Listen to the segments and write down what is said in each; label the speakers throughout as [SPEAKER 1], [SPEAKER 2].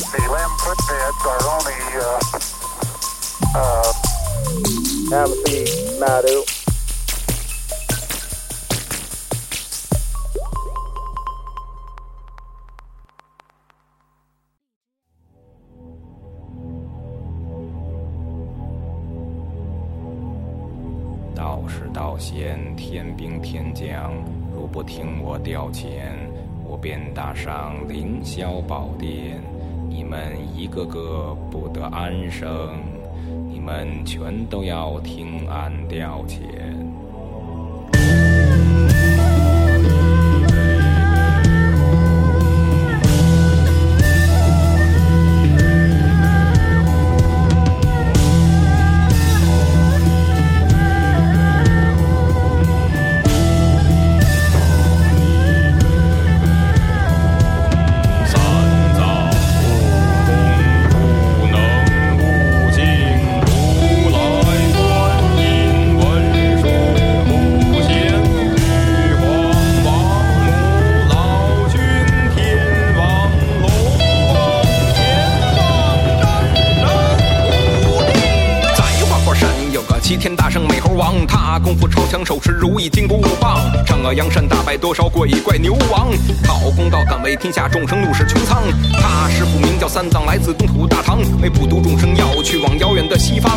[SPEAKER 1] quit bids are only, uh, uh, Amity Madu.
[SPEAKER 2] 道是道贤，天兵天将，如不听我调遣，我便打上凌霄宝殿，你们一个个不得安生，你们全都要听俺调遣。三藏不共，不能无尽。如来观音文殊普贤，玉皇王母老君天王龙王前王真人五帝。
[SPEAKER 3] 在花果山有个齐天大圣美猴王，他功夫超强，手持如意金箍棒，惩恶扬善，打败多少鬼怪牛王，讨公道，敢为天下众生怒视穹苍。他师傅名叫三藏，来自东土大唐，为普度众生要去往遥远的西方，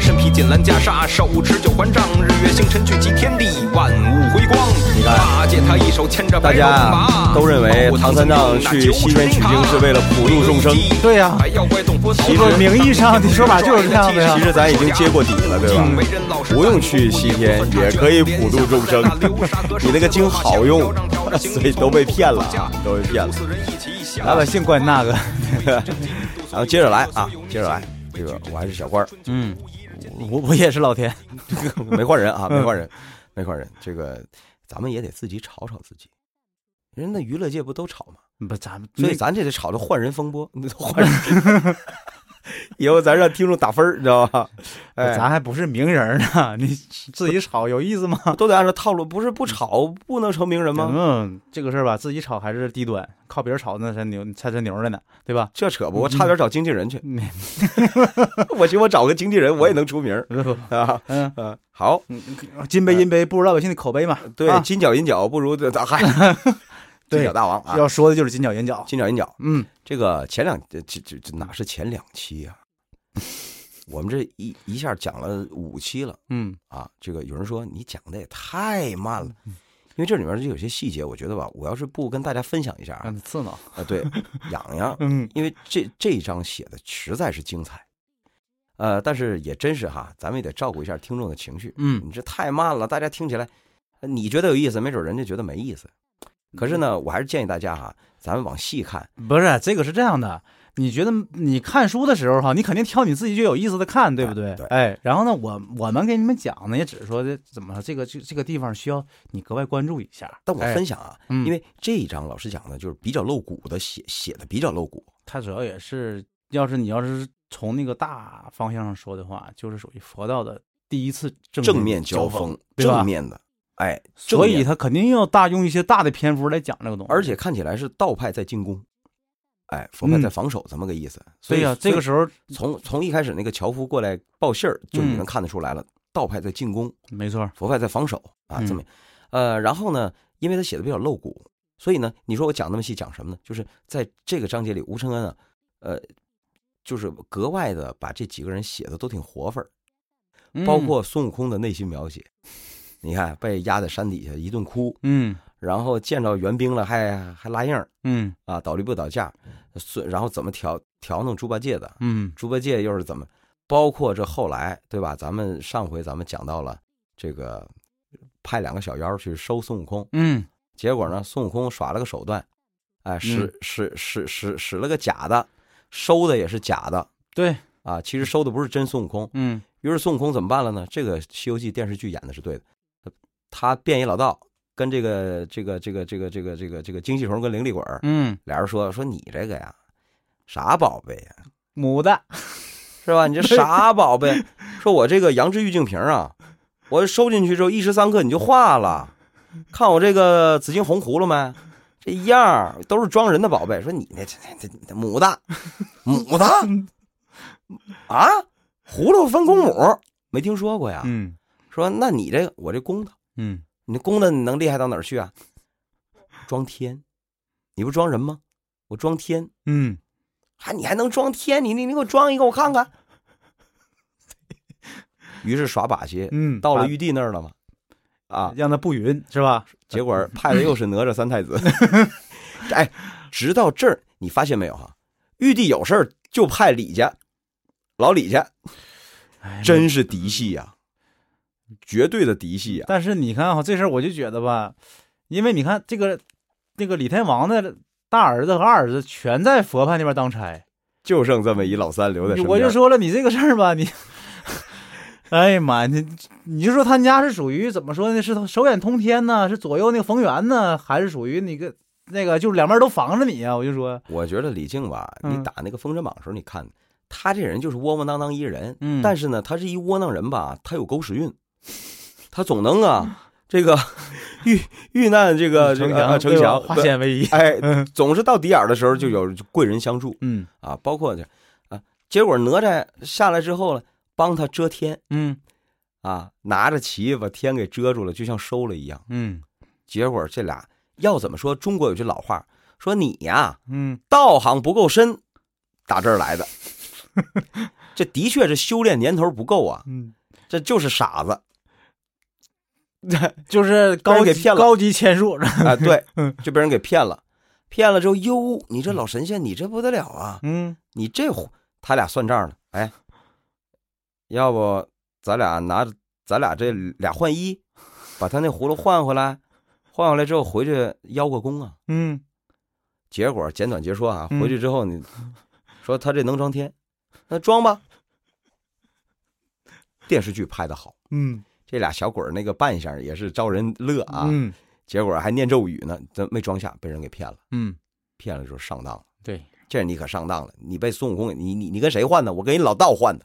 [SPEAKER 3] 身披锦兰袈裟，手持九环杖，日月星辰聚集天地，万物回光。
[SPEAKER 4] 你看
[SPEAKER 3] 八戒他一手牵着
[SPEAKER 4] 大
[SPEAKER 3] 白
[SPEAKER 4] 家
[SPEAKER 3] 龙马
[SPEAKER 4] 啊，都认为唐三藏去西天取经是为了普度众生
[SPEAKER 5] 对呀
[SPEAKER 3] 还要怪东坡
[SPEAKER 4] 其实
[SPEAKER 5] 名义上的说法就是这样的呀
[SPEAKER 4] 其实咱已经揭过底了，对吧？不用去西天，也可以普度众生。你那个经好用， 所以都被骗了啊，都被骗了。
[SPEAKER 5] 老百姓管那个，
[SPEAKER 4] 然后接着来啊，接着来，这个我还是小官儿，
[SPEAKER 5] 嗯，我我也是老天，
[SPEAKER 4] 没换人啊，没
[SPEAKER 5] 嗯
[SPEAKER 4] 换人，没换人。这个咱们也得自己炒炒自己，人家娱乐界不都炒吗？
[SPEAKER 5] 不，咱们
[SPEAKER 4] 所以咱这得炒的换人风波， 换人。 以后咱让听众打分儿，你知道吧？哎，
[SPEAKER 5] 咱还不是名人呢， 你自己炒有意思吗？
[SPEAKER 4] 都得按照套路，不是不炒不能成名人吗？
[SPEAKER 5] 啊嗯，这个事儿吧，自己炒还是低端，靠别人炒那才牛，才是牛的呢，对吧？
[SPEAKER 4] 这扯不，我差点找经纪人去。
[SPEAKER 5] 嗯
[SPEAKER 4] 我寻思我找个经纪人，我也能出名儿啊。
[SPEAKER 5] 嗯，
[SPEAKER 4] 嗯，好，
[SPEAKER 5] 金杯银杯不如老百姓的口碑嘛。
[SPEAKER 4] 对，
[SPEAKER 5] 啊
[SPEAKER 4] 金角银角不如咱 嗨，金
[SPEAKER 5] 对
[SPEAKER 4] 角大王啊，
[SPEAKER 5] 要说的就是金角银角。
[SPEAKER 4] 金角银角。
[SPEAKER 5] 嗯，
[SPEAKER 4] 这个前两这这这这哪是前两期啊？ 我们这一一下讲了五期了
[SPEAKER 5] 嗯，
[SPEAKER 4] 啊。这个有人说你讲的也太慢了，因为这里面就有些细节，我觉得吧，我要是不跟大家分享一下啊，
[SPEAKER 5] 让你刺挠。
[SPEAKER 4] 啊，对， 痒痒，
[SPEAKER 5] 嗯，
[SPEAKER 4] 因为这这一章写的实在是精彩，呃，但是也真是哈，咱们也得照顾一下听众的情绪。
[SPEAKER 5] 嗯
[SPEAKER 4] 你这太慢了，大家听起来，呃你觉得有意思，没准人家觉得没意思。可是
[SPEAKER 5] 嗯
[SPEAKER 4] 呢，我还是建议大家哈，咱们往细看，
[SPEAKER 5] 不是，这个是这样的。你觉得你看书的时候哈，你肯定挑你自己觉得有意思的看，对不对？
[SPEAKER 4] 哎对
[SPEAKER 5] 哎，然后呢，我我们给你们讲呢，也只是说这怎么说这个这这个地方需要你格外关注一下。
[SPEAKER 4] 但我
[SPEAKER 5] 哎
[SPEAKER 4] 分享啊，
[SPEAKER 5] 嗯
[SPEAKER 4] 因为这一章老师讲的就是比较露骨的写写的比较露骨，
[SPEAKER 5] 它主要也是，要是你要是从那个大方向上说的话，就是属于佛道的第一次正
[SPEAKER 4] 正面
[SPEAKER 5] 交
[SPEAKER 4] 交锋，
[SPEAKER 5] 嗯对吧嗯
[SPEAKER 4] 正面的，哎，正
[SPEAKER 5] 所以
[SPEAKER 4] 面
[SPEAKER 5] 他肯定要大用一些大的篇幅来讲这个东西。
[SPEAKER 4] 而且看起来是道派在进攻，哎，佛派
[SPEAKER 5] 嗯
[SPEAKER 4] 在防守，这么个意思。所
[SPEAKER 5] 对
[SPEAKER 4] 以
[SPEAKER 5] 呀、啊这
[SPEAKER 4] 所以
[SPEAKER 5] 个时候
[SPEAKER 4] 从从一开始那个樵夫过来报信儿，就你
[SPEAKER 5] 嗯
[SPEAKER 4] 能看得出来了，道派在进攻，
[SPEAKER 5] 没错，
[SPEAKER 4] 佛派在防守啊，
[SPEAKER 5] 嗯
[SPEAKER 4] 这么，呃，然后呢，因为他写的比较露骨，所以呢，你说我讲那么细讲什么呢？就是在这个章节里，吴承恩啊，呃，就是格外的把这几个人写的都挺活泛儿，
[SPEAKER 5] 嗯
[SPEAKER 4] 包括孙悟空的内心描写，你看被压在山底下一顿哭，
[SPEAKER 5] 嗯
[SPEAKER 4] 然后见着援兵了还还拉硬儿
[SPEAKER 5] 嗯
[SPEAKER 4] 啊，倒驴不倒架，孙然后怎么调调弄猪八戒的，
[SPEAKER 5] 嗯
[SPEAKER 4] 猪八戒又是怎么？包括这后来，对吧？咱们上回咱们讲到了这个，派两个小妖去收孙悟空，
[SPEAKER 5] 嗯
[SPEAKER 4] 结果呢，孙悟空耍了个手段，哎，使使使使使了个假的，收的也是假的
[SPEAKER 5] 对
[SPEAKER 4] 啊，其实收的不是真孙悟空。
[SPEAKER 5] 嗯
[SPEAKER 4] 于是孙悟空怎么办了呢？这个《西游记》电视剧演的是对的，呃他变一老道，跟这个这个这个这个这个这个这个精细虫跟灵力鬼儿
[SPEAKER 5] 嗯
[SPEAKER 4] 俩人说说你这个呀，啥宝贝呀？
[SPEAKER 5] 母的
[SPEAKER 4] 是吧？你这傻宝贝，说我这个羊脂玉净瓶啊，我收进去之后一时三刻你就化了。看我这个紫金红葫芦没？这样儿都是装人的宝贝。说你那这这这母的，母的 啊，葫芦分公母，没听说过呀。
[SPEAKER 5] 嗯
[SPEAKER 4] 说那你这个我这公的，
[SPEAKER 5] 嗯，
[SPEAKER 4] 你这公的能厉害到哪儿去啊？装天，你不装人吗？我装天，
[SPEAKER 5] 嗯，
[SPEAKER 4] 还你还能装天？你你你给我装一个我看看。于是耍把戏，
[SPEAKER 5] 嗯，
[SPEAKER 4] 到了
[SPEAKER 5] 玉
[SPEAKER 4] 玉帝那儿了嘛，啊，
[SPEAKER 5] 让他不匀是吧？
[SPEAKER 4] 结 果派的又是哪吒三太子。 哎，直到这儿，你发现没有哈、玉帝有事儿就派李家，老李家
[SPEAKER 5] 哎
[SPEAKER 4] 真是嫡系呀、绝对的嫡系呀、啊
[SPEAKER 5] 但是你看哈，啊这事儿我就觉得吧，因为你看这个这个李天王的大儿子和二儿子全在佛派那边当差，
[SPEAKER 4] 就剩这么一老三留在身边。
[SPEAKER 5] 我就说了你这个事儿吧，你， 哎呀妈，你你就说他家是属于怎么说呢？是手眼通天呢，是左右那个逢源呢，还是属于那个那个就是两边都防着你啊？我就说，
[SPEAKER 4] 我觉得李靖吧，你
[SPEAKER 5] 嗯
[SPEAKER 4] 打那个封神榜的时候，你看他这人就是窝窝囊囊一人，
[SPEAKER 5] 嗯
[SPEAKER 4] 但是呢，他是一窝囊人吧，他有狗屎运，他总能啊，这个遇遇难这个这
[SPEAKER 5] 城
[SPEAKER 4] 个啊
[SPEAKER 5] 墙
[SPEAKER 4] 城墙
[SPEAKER 5] 化
[SPEAKER 4] 对
[SPEAKER 5] 险为夷，
[SPEAKER 4] 哎，
[SPEAKER 5] 嗯
[SPEAKER 4] 总是到底眼儿的时候就有贵人相助
[SPEAKER 5] 嗯
[SPEAKER 4] 啊，包括这啊，结果哪吒下来之后呢，帮他遮天
[SPEAKER 5] 嗯
[SPEAKER 4] 啊，拿着旗把天给遮住了，就像收了一样。
[SPEAKER 5] 嗯
[SPEAKER 4] 结果这俩要怎么说？中国有句老话说你呀、
[SPEAKER 5] 嗯
[SPEAKER 4] 道行不够深，打这儿来的。 这的确是修炼年头不够啊，
[SPEAKER 5] 嗯，
[SPEAKER 4] 这就是傻 子
[SPEAKER 5] 就是
[SPEAKER 4] 被人
[SPEAKER 5] 高
[SPEAKER 4] 给
[SPEAKER 5] 级
[SPEAKER 4] 骗了
[SPEAKER 5] 高级签数，
[SPEAKER 4] 啊！对，
[SPEAKER 5] 嗯
[SPEAKER 4] 就被人给骗了。骗了之后，哟，你这老神仙，你这不得了啊！
[SPEAKER 5] 嗯
[SPEAKER 4] 你这伙他俩算账呢，哎，要不咱俩拿着咱俩这俩换一，把他那葫芦换回来，换回来之后回去邀个功啊。
[SPEAKER 5] 嗯
[SPEAKER 4] 结果简短截说啊，
[SPEAKER 5] 嗯
[SPEAKER 4] 回去之后你说他这能装天，那装吧。电视剧拍的好，
[SPEAKER 5] 嗯
[SPEAKER 4] 这俩小鬼儿那个扮相也是招人乐啊。
[SPEAKER 5] 嗯
[SPEAKER 4] 结果还念咒语呢，这没装下，被人给骗了，
[SPEAKER 5] 嗯，
[SPEAKER 4] 骗了就是上当了。
[SPEAKER 5] 对，
[SPEAKER 4] 这你可上当了，你被孙悟空给，你你你跟谁换的？我跟你老道换的，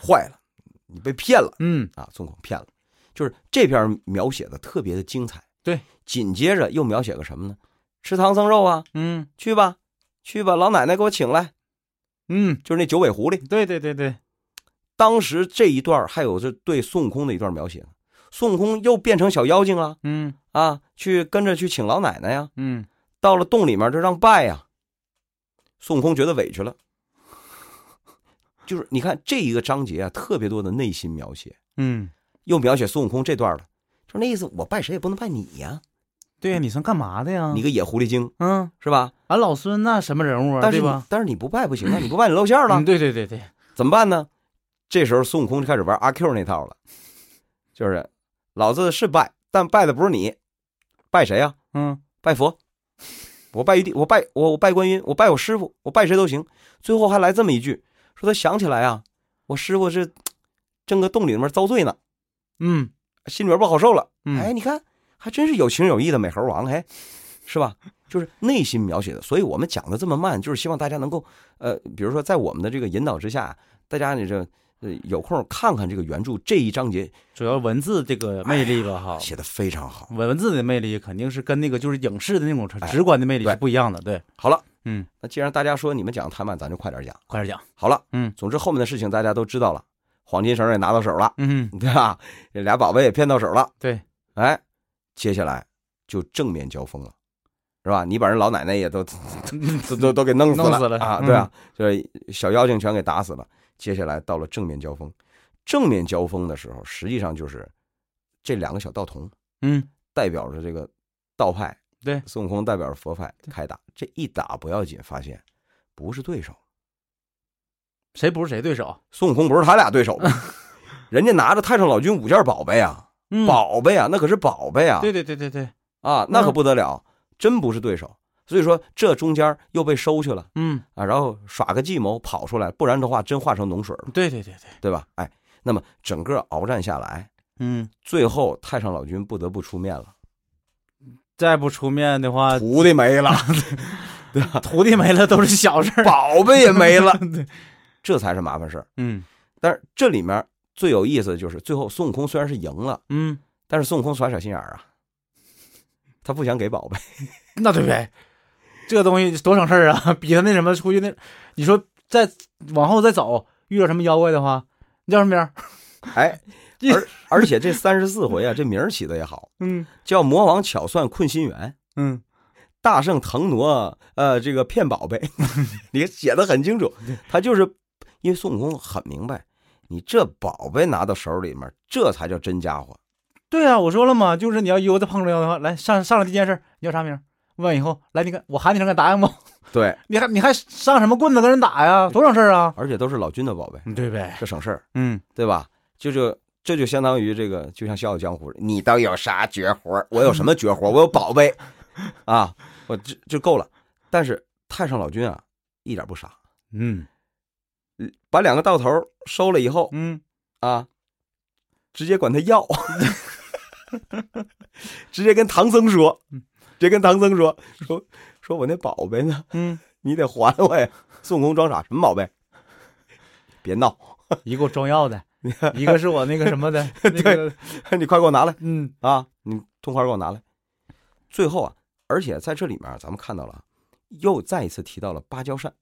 [SPEAKER 4] 坏了，你被骗了
[SPEAKER 5] 嗯
[SPEAKER 4] 啊！孙悟空骗了，就是这篇描写的特别的精彩。
[SPEAKER 5] 对，
[SPEAKER 4] 紧接着又描写个什么呢？吃唐僧肉啊，
[SPEAKER 5] 嗯
[SPEAKER 4] 去吧，去吧，老奶奶给我请来，
[SPEAKER 5] 嗯，
[SPEAKER 4] 就是那九尾狐狸。
[SPEAKER 5] 对对对对，
[SPEAKER 4] 当时这一段还有这对孙悟空的一段描写呢，孙悟空又变成小妖精了
[SPEAKER 5] 嗯
[SPEAKER 4] 啊，去跟着去请老奶奶呀、
[SPEAKER 5] 嗯
[SPEAKER 4] 到了洞里面就让拜呀、孙悟空觉得委屈了，就是你看这一个章节啊，特别多的内心描写，
[SPEAKER 5] 嗯，
[SPEAKER 4] 又描写孙悟空这段了，就那意思，我拜谁也不能拜你呀、
[SPEAKER 5] 对呀，你算干嘛的呀？
[SPEAKER 4] 你个野狐狸精
[SPEAKER 5] 嗯，
[SPEAKER 4] 是吧？
[SPEAKER 5] 俺老孙那什么人物啊？
[SPEAKER 4] 但是
[SPEAKER 5] 对
[SPEAKER 4] 你
[SPEAKER 5] 吧？
[SPEAKER 4] 但是你不拜不行啊，你不拜你露馅儿了
[SPEAKER 5] 嗯，，对对对对，
[SPEAKER 4] 怎么办呢？这时候孙悟空就开始玩阿 Q 那套了，就是老子是拜，但拜的不是你，拜谁呀、啊
[SPEAKER 5] 嗯
[SPEAKER 4] 拜佛，我拜玉帝，我拜我我拜观音，我拜我师傅，我拜谁都行。最后还来这么一句，说他想起来啊，我师傅是正搁洞里面遭罪呢，
[SPEAKER 5] 嗯
[SPEAKER 4] 心里边不好受了。
[SPEAKER 5] 嗯，
[SPEAKER 4] 哎，你看，还真是有情有义的美猴王，嘿，是吧？就是内心描写的，所以我们讲的这么慢，就是希望大家能够，呃，比如说在我们的这个引导之下，大家你这呃有空看看这个原著这一章节
[SPEAKER 5] 主要文字这个魅力吧，哈，
[SPEAKER 4] 写的非常好。
[SPEAKER 5] 文文字的魅力肯定是跟那个就是影视的那种
[SPEAKER 4] 哎
[SPEAKER 5] 直观的魅力
[SPEAKER 4] 对
[SPEAKER 5] 是不一样的。对，
[SPEAKER 4] 好了，
[SPEAKER 5] 嗯，
[SPEAKER 4] 那既然大家说你们讲得太慢，咱就快点讲。
[SPEAKER 5] 快点讲。
[SPEAKER 4] 好了，
[SPEAKER 5] 嗯
[SPEAKER 4] 总之后面的事情大家都知道了，黄金绳也拿到手了，
[SPEAKER 5] 嗯，
[SPEAKER 4] 对吧？这俩宝贝也骗到手了，
[SPEAKER 5] 对，
[SPEAKER 4] 哎，接下来就正面交锋了，是吧？你把人老奶奶也都 都都都给弄死了
[SPEAKER 5] 弄死了
[SPEAKER 4] 啊，
[SPEAKER 5] 嗯
[SPEAKER 4] 对啊，这小妖精全给打死了。接下来到了正面交锋，正面交锋的时候，实际上就是这两个小道童
[SPEAKER 5] 嗯
[SPEAKER 4] 代表着这个道派，
[SPEAKER 5] 对
[SPEAKER 4] 孙悟空代表着佛派开打，这一打不要紧，发现不是对手。
[SPEAKER 5] 谁不是谁对手？
[SPEAKER 4] 孙悟空不是他俩对 手吗？人家拿着太上老君五件宝贝啊，
[SPEAKER 5] 嗯，
[SPEAKER 4] 宝贝啊，那可是宝贝啊，
[SPEAKER 5] 对对对对对，
[SPEAKER 4] 啊，那可不得了，真不是对手。所以说这中间又被收去了
[SPEAKER 5] 嗯，
[SPEAKER 4] 啊，然后耍个计谋跑出来，不然的话真化成脓水了，
[SPEAKER 5] 嗯对对对对，
[SPEAKER 4] 对吧？哎，那么整个鏖战下来，
[SPEAKER 5] 嗯，
[SPEAKER 4] 最后太上老君不得不出面了，
[SPEAKER 5] 再不出面的话，
[SPEAKER 4] 徒弟没了，
[SPEAKER 5] 徒弟没了都是小事儿。
[SPEAKER 4] 宝贝也没了，
[SPEAKER 5] 对，
[SPEAKER 4] 这才是麻烦事儿。
[SPEAKER 5] 嗯
[SPEAKER 4] 但是这里面最有意思的就是，最后孙悟空虽然是赢了，
[SPEAKER 5] 嗯，
[SPEAKER 4] 但是孙悟空耍小心眼儿啊，他不想给宝贝。
[SPEAKER 5] 那对呗，这个东西多省事儿啊， 比他那什么出去那，你说再往后再走，遇到什么妖怪的话，你叫什么名儿？
[SPEAKER 4] 哎，而而且这三十四回啊，这名儿起的也好，
[SPEAKER 5] 嗯
[SPEAKER 4] 叫魔王巧算困心猿，
[SPEAKER 5] 嗯，
[SPEAKER 4] 大圣腾挪呃这个骗宝贝，你写的很清楚，他就是因为孙悟空很明白，你这宝贝拿到手里面，这才叫真家伙。
[SPEAKER 5] 对啊，我说了嘛，就是你要悠着碰着妖的话，来上上来第一件事，你叫啥名儿？问完以后，来你看我喊你声，敢答应不？
[SPEAKER 4] 对，
[SPEAKER 5] 你还你还上什么棍子跟人打呀？多省事儿啊！
[SPEAKER 4] 而且都是老君的宝贝，
[SPEAKER 5] 嗯，对呗，
[SPEAKER 4] 这省事儿，
[SPEAKER 5] 嗯，
[SPEAKER 4] 对吧？这就这就相当于这个，就像《笑傲江湖》，你倒有啥绝活儿？我有什么绝活儿？我有宝贝，啊，我这就够了。但是太上老君啊，一点不傻，
[SPEAKER 5] 嗯
[SPEAKER 4] 把两个道头收了以后
[SPEAKER 5] 嗯，
[SPEAKER 4] 啊，直接管他要， 直接跟唐僧说，
[SPEAKER 5] 嗯
[SPEAKER 4] 直接跟唐僧说说说我那宝贝呢？
[SPEAKER 5] 嗯，
[SPEAKER 4] 你得还我呀！孙悟空装傻，什么宝贝？别闹，
[SPEAKER 5] 一个给我装药 的，一个是我那个什么 的，那个
[SPEAKER 4] 你快给我拿来
[SPEAKER 5] 嗯
[SPEAKER 4] 啊！你痛快给我拿来。最后啊，而且在这里面啊咱们看到了啊，又再一次提到了芭蕉扇。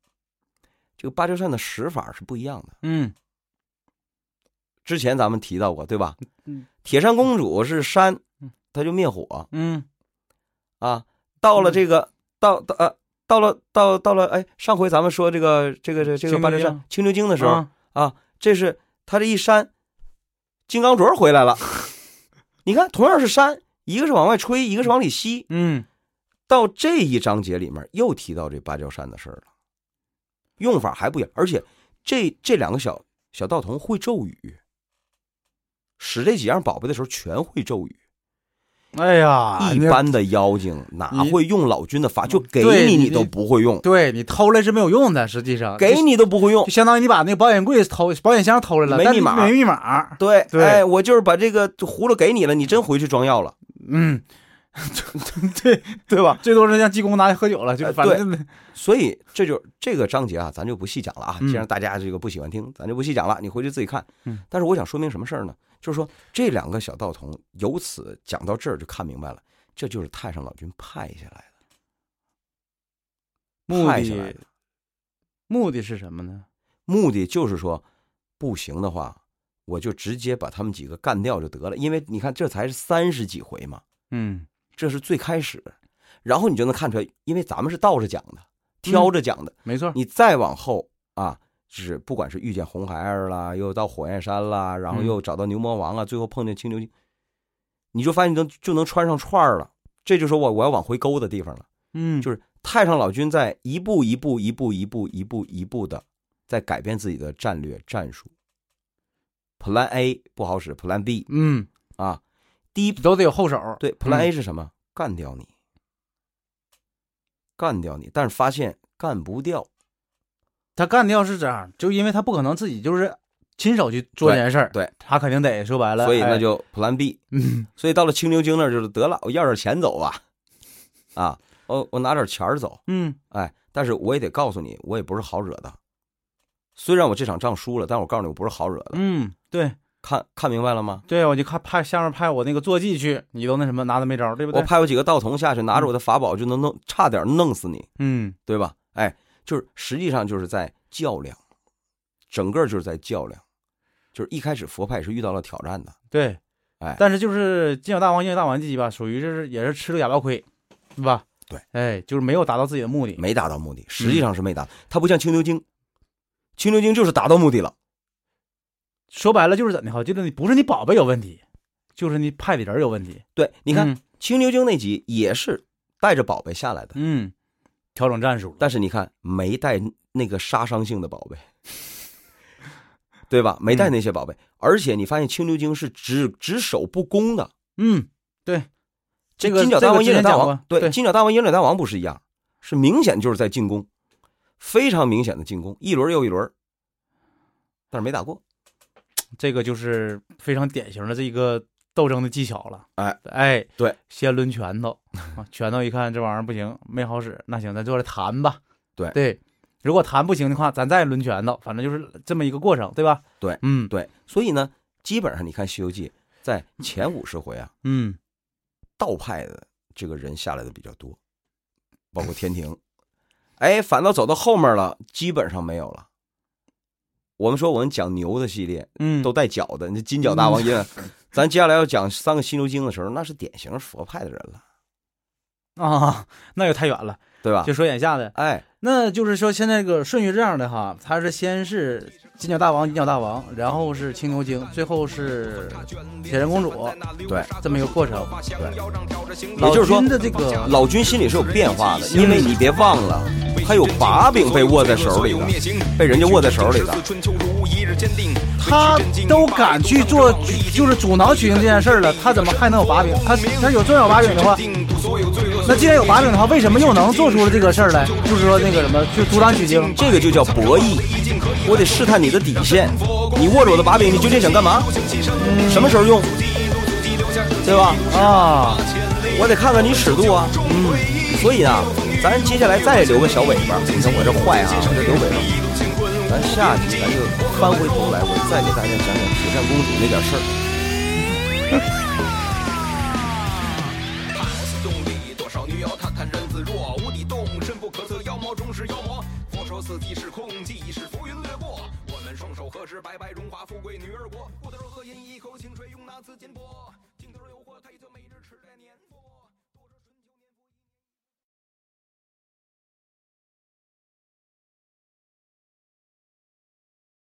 [SPEAKER 4] 这个芭蕉扇的使法是不一样的。
[SPEAKER 5] 嗯
[SPEAKER 4] 之前咱们提到过，对吧？
[SPEAKER 5] 嗯，
[SPEAKER 4] 铁扇公主是扇
[SPEAKER 5] 嗯，
[SPEAKER 4] 她就灭火
[SPEAKER 5] 嗯
[SPEAKER 4] 啊。到了这个，到到呃，到了到到了，哎，上回咱们说这个这个这个这个
[SPEAKER 5] 青
[SPEAKER 4] 芭
[SPEAKER 5] 牛
[SPEAKER 4] 蕉
[SPEAKER 5] 精
[SPEAKER 4] 扇青牛精的时候，
[SPEAKER 5] 啊
[SPEAKER 4] 啊，这是他这一扇，金刚镯回来 了。你看，同样是扇，一个是往外吹，一个是往里吸。
[SPEAKER 5] 嗯，
[SPEAKER 4] 到这一章节里面又提到这芭蕉扇的事儿了，用法还不一样，而且这这两个小小道童会咒语，使这几样宝贝的时候全会咒语。
[SPEAKER 5] 哎呀，
[SPEAKER 4] 一
[SPEAKER 5] 你
[SPEAKER 4] 般的妖精哪
[SPEAKER 5] 你嗯
[SPEAKER 4] 会用老君的法？就给
[SPEAKER 5] 对
[SPEAKER 4] 你
[SPEAKER 5] 你啊
[SPEAKER 4] 你都不会用，
[SPEAKER 5] 对你偷来是没有用的，实际上
[SPEAKER 4] 给
[SPEAKER 5] 就
[SPEAKER 4] 你都不会用
[SPEAKER 5] 就。相当于你把那个保险柜偷、保险箱偷来了，
[SPEAKER 4] 没
[SPEAKER 5] 但
[SPEAKER 4] 密
[SPEAKER 5] 是
[SPEAKER 4] 码
[SPEAKER 5] 没密码，
[SPEAKER 4] 对，
[SPEAKER 5] 对
[SPEAKER 4] 哎，我就是把这个葫芦给你了，你真回去装药了，
[SPEAKER 5] 嗯， 对，
[SPEAKER 4] 对吧？
[SPEAKER 5] 最多是让济公拿去喝酒了，就
[SPEAKER 4] 呃
[SPEAKER 5] 反正
[SPEAKER 4] 所以这就这个章节啊，咱就不细讲了啊。
[SPEAKER 5] 嗯
[SPEAKER 4] 既然大家这个不喜欢听，咱就不细讲了，你回去自己看
[SPEAKER 5] 嗯。
[SPEAKER 4] 但是我想说明什么事儿呢？就是说这两个小道童由此讲到这儿就看明白了，这就是太上老君派下来的，
[SPEAKER 5] 目
[SPEAKER 4] 派下来
[SPEAKER 5] 的
[SPEAKER 4] 的
[SPEAKER 5] 目的是什么呢？
[SPEAKER 4] 目的就是说，不行的话，我就直接把他们几个干掉就得了，因为你看这才是三十几回嘛，
[SPEAKER 5] 嗯
[SPEAKER 4] 这是最开始，然后你就能看出来，因为咱们是倒着讲的，挑着讲的，，
[SPEAKER 5] 没错，
[SPEAKER 4] 你再往后啊，就是不管是遇见红孩儿啦，又到火焰山啦，然后
[SPEAKER 5] 嗯
[SPEAKER 4] 又找到牛魔王啊，最后碰见青牛精，你就发现你能就能穿上串儿了。这就是我我要往回勾的地方了，
[SPEAKER 5] 嗯，
[SPEAKER 4] 就是太上老君在一步一步一步一步一步一步的在改变自己的战略战术。Plan A 不好使，Plan B
[SPEAKER 5] 嗯，
[SPEAKER 4] 啊，第一
[SPEAKER 5] 都得有后手，
[SPEAKER 4] 对，Plan
[SPEAKER 5] 嗯
[SPEAKER 4] A 是什么？干掉你，干掉你，但是发现干不掉，
[SPEAKER 5] 他干掉是这样，就因为他不可能自己就是亲手去做这件事儿，
[SPEAKER 4] 对对
[SPEAKER 5] 他肯定得说白了，
[SPEAKER 4] 所以那
[SPEAKER 5] 哎
[SPEAKER 4] 就 Plan B
[SPEAKER 5] 嗯
[SPEAKER 4] 所以到了青牛精那儿，就是得了，我要点钱走吧，啊，我我拿点钱儿走，
[SPEAKER 5] 嗯
[SPEAKER 4] 哎，但是我也得告诉你，我也不是好惹的。虽然我这场仗输了，但我告诉你，我不是好惹的。
[SPEAKER 5] 嗯，对
[SPEAKER 4] 看看明白了吗？
[SPEAKER 5] 对，我就看派下面派我那个坐骑去，你都那什么拿他没招儿，对不嗯
[SPEAKER 4] 我
[SPEAKER 5] 对？
[SPEAKER 4] 派我几个道童下去，拿着我的法宝就能弄，差点弄死你，
[SPEAKER 5] 嗯
[SPEAKER 4] 对吧？哎，就是实际上就是在较量，整个就是在较量，就是一开始佛派是遇到了挑战的，
[SPEAKER 5] 对，
[SPEAKER 4] 哎
[SPEAKER 5] 但是就是金角大王、银角大王这集吧，属于就是也是吃了哑巴亏，是吧？
[SPEAKER 4] 对，
[SPEAKER 5] 哎，就是没有达到自己的目的，
[SPEAKER 4] 没达到目的，
[SPEAKER 5] 嗯
[SPEAKER 4] 实际上是没达。他不像青牛精，青牛精就是达到目的了。
[SPEAKER 5] 说白了就是怎的哈，就是你不是你宝贝有问题，就是你派的人有问题。
[SPEAKER 4] 对，你看，
[SPEAKER 5] 嗯
[SPEAKER 4] 青牛精那集也是带着宝贝下来的，
[SPEAKER 5] 嗯，调整战术了，
[SPEAKER 4] 但是你看没带那个杀伤性的宝贝，对吧？没带
[SPEAKER 5] 嗯
[SPEAKER 4] 那些宝贝，而且你发现青牛精是只只守不攻的。
[SPEAKER 5] 嗯，对，这个
[SPEAKER 4] 金角大
[SPEAKER 5] 这
[SPEAKER 4] 王、
[SPEAKER 5] 个之
[SPEAKER 4] 银角
[SPEAKER 5] 前
[SPEAKER 4] 大
[SPEAKER 5] 讲过
[SPEAKER 4] 王，对，
[SPEAKER 5] 对
[SPEAKER 4] 金角大王、银角大王不是一样，是明显就是在进攻，非常明显的进攻，一轮又一轮，但是没打过。
[SPEAKER 5] 这个就是非常典型的这一个斗争的技巧了。
[SPEAKER 4] 哎
[SPEAKER 5] 哎，
[SPEAKER 4] 对，
[SPEAKER 5] 先抡拳头，啊拳头一看这玩意儿不行，没好使，那行，咱就来谈吧。
[SPEAKER 4] 对
[SPEAKER 5] 对，如果谈不行的话，咱再抡拳头，反正就是这么一个过程，对吧？
[SPEAKER 4] 对，
[SPEAKER 5] 嗯，
[SPEAKER 4] 对，所以呢，基本上你看《西游记》在前五十回啊，
[SPEAKER 5] 嗯，
[SPEAKER 4] 道派的这个人下来的比较多，包括天庭。哎，反倒走到后面了，基本上没有了。我们说我们讲牛的系列
[SPEAKER 5] 嗯，
[SPEAKER 4] 都带角的，你金角大王爷，咱接下来要讲三个犀牛精的时候，那是典型佛派的人了，
[SPEAKER 5] 啊，那就太远了。
[SPEAKER 4] 对吧
[SPEAKER 5] 就？说眼下的，
[SPEAKER 4] 哎，
[SPEAKER 5] 那就是说现在这个顺序这样的哈，他是先是金角大王、银角大王，然后是青牛精，最后是铁扇公主，
[SPEAKER 4] 对，
[SPEAKER 5] 这么一个过程。
[SPEAKER 4] 也就是说
[SPEAKER 5] 老君的这个
[SPEAKER 4] 老君心里是有变化的，因为你别忘了，他有把柄被握在手里的，被人家握在手里的。
[SPEAKER 5] 他都敢去做，就是阻挠取经这件事儿了，他怎么还能有把柄？他他有重要把柄的话，那既然有把柄的话，为什么又能做出这个事儿来？就是说那个什么，去阻挡取经。
[SPEAKER 4] 这个就叫博弈，我得试探你的底线。你握着我的把柄，你究竟想干嘛？
[SPEAKER 5] 嗯
[SPEAKER 4] 什么时候用？对吧？
[SPEAKER 5] 啊，
[SPEAKER 4] 我得看看你尺度啊。嗯，所以啊，咱接下来再留个小尾巴。你看我这坏啊，我这留尾巴。咱下去，咱就翻回头来，我再给大家讲讲铁扇公主那点事儿。
[SPEAKER 3] 一口清吹，用那字间拨。镜头诱惑，他一则没。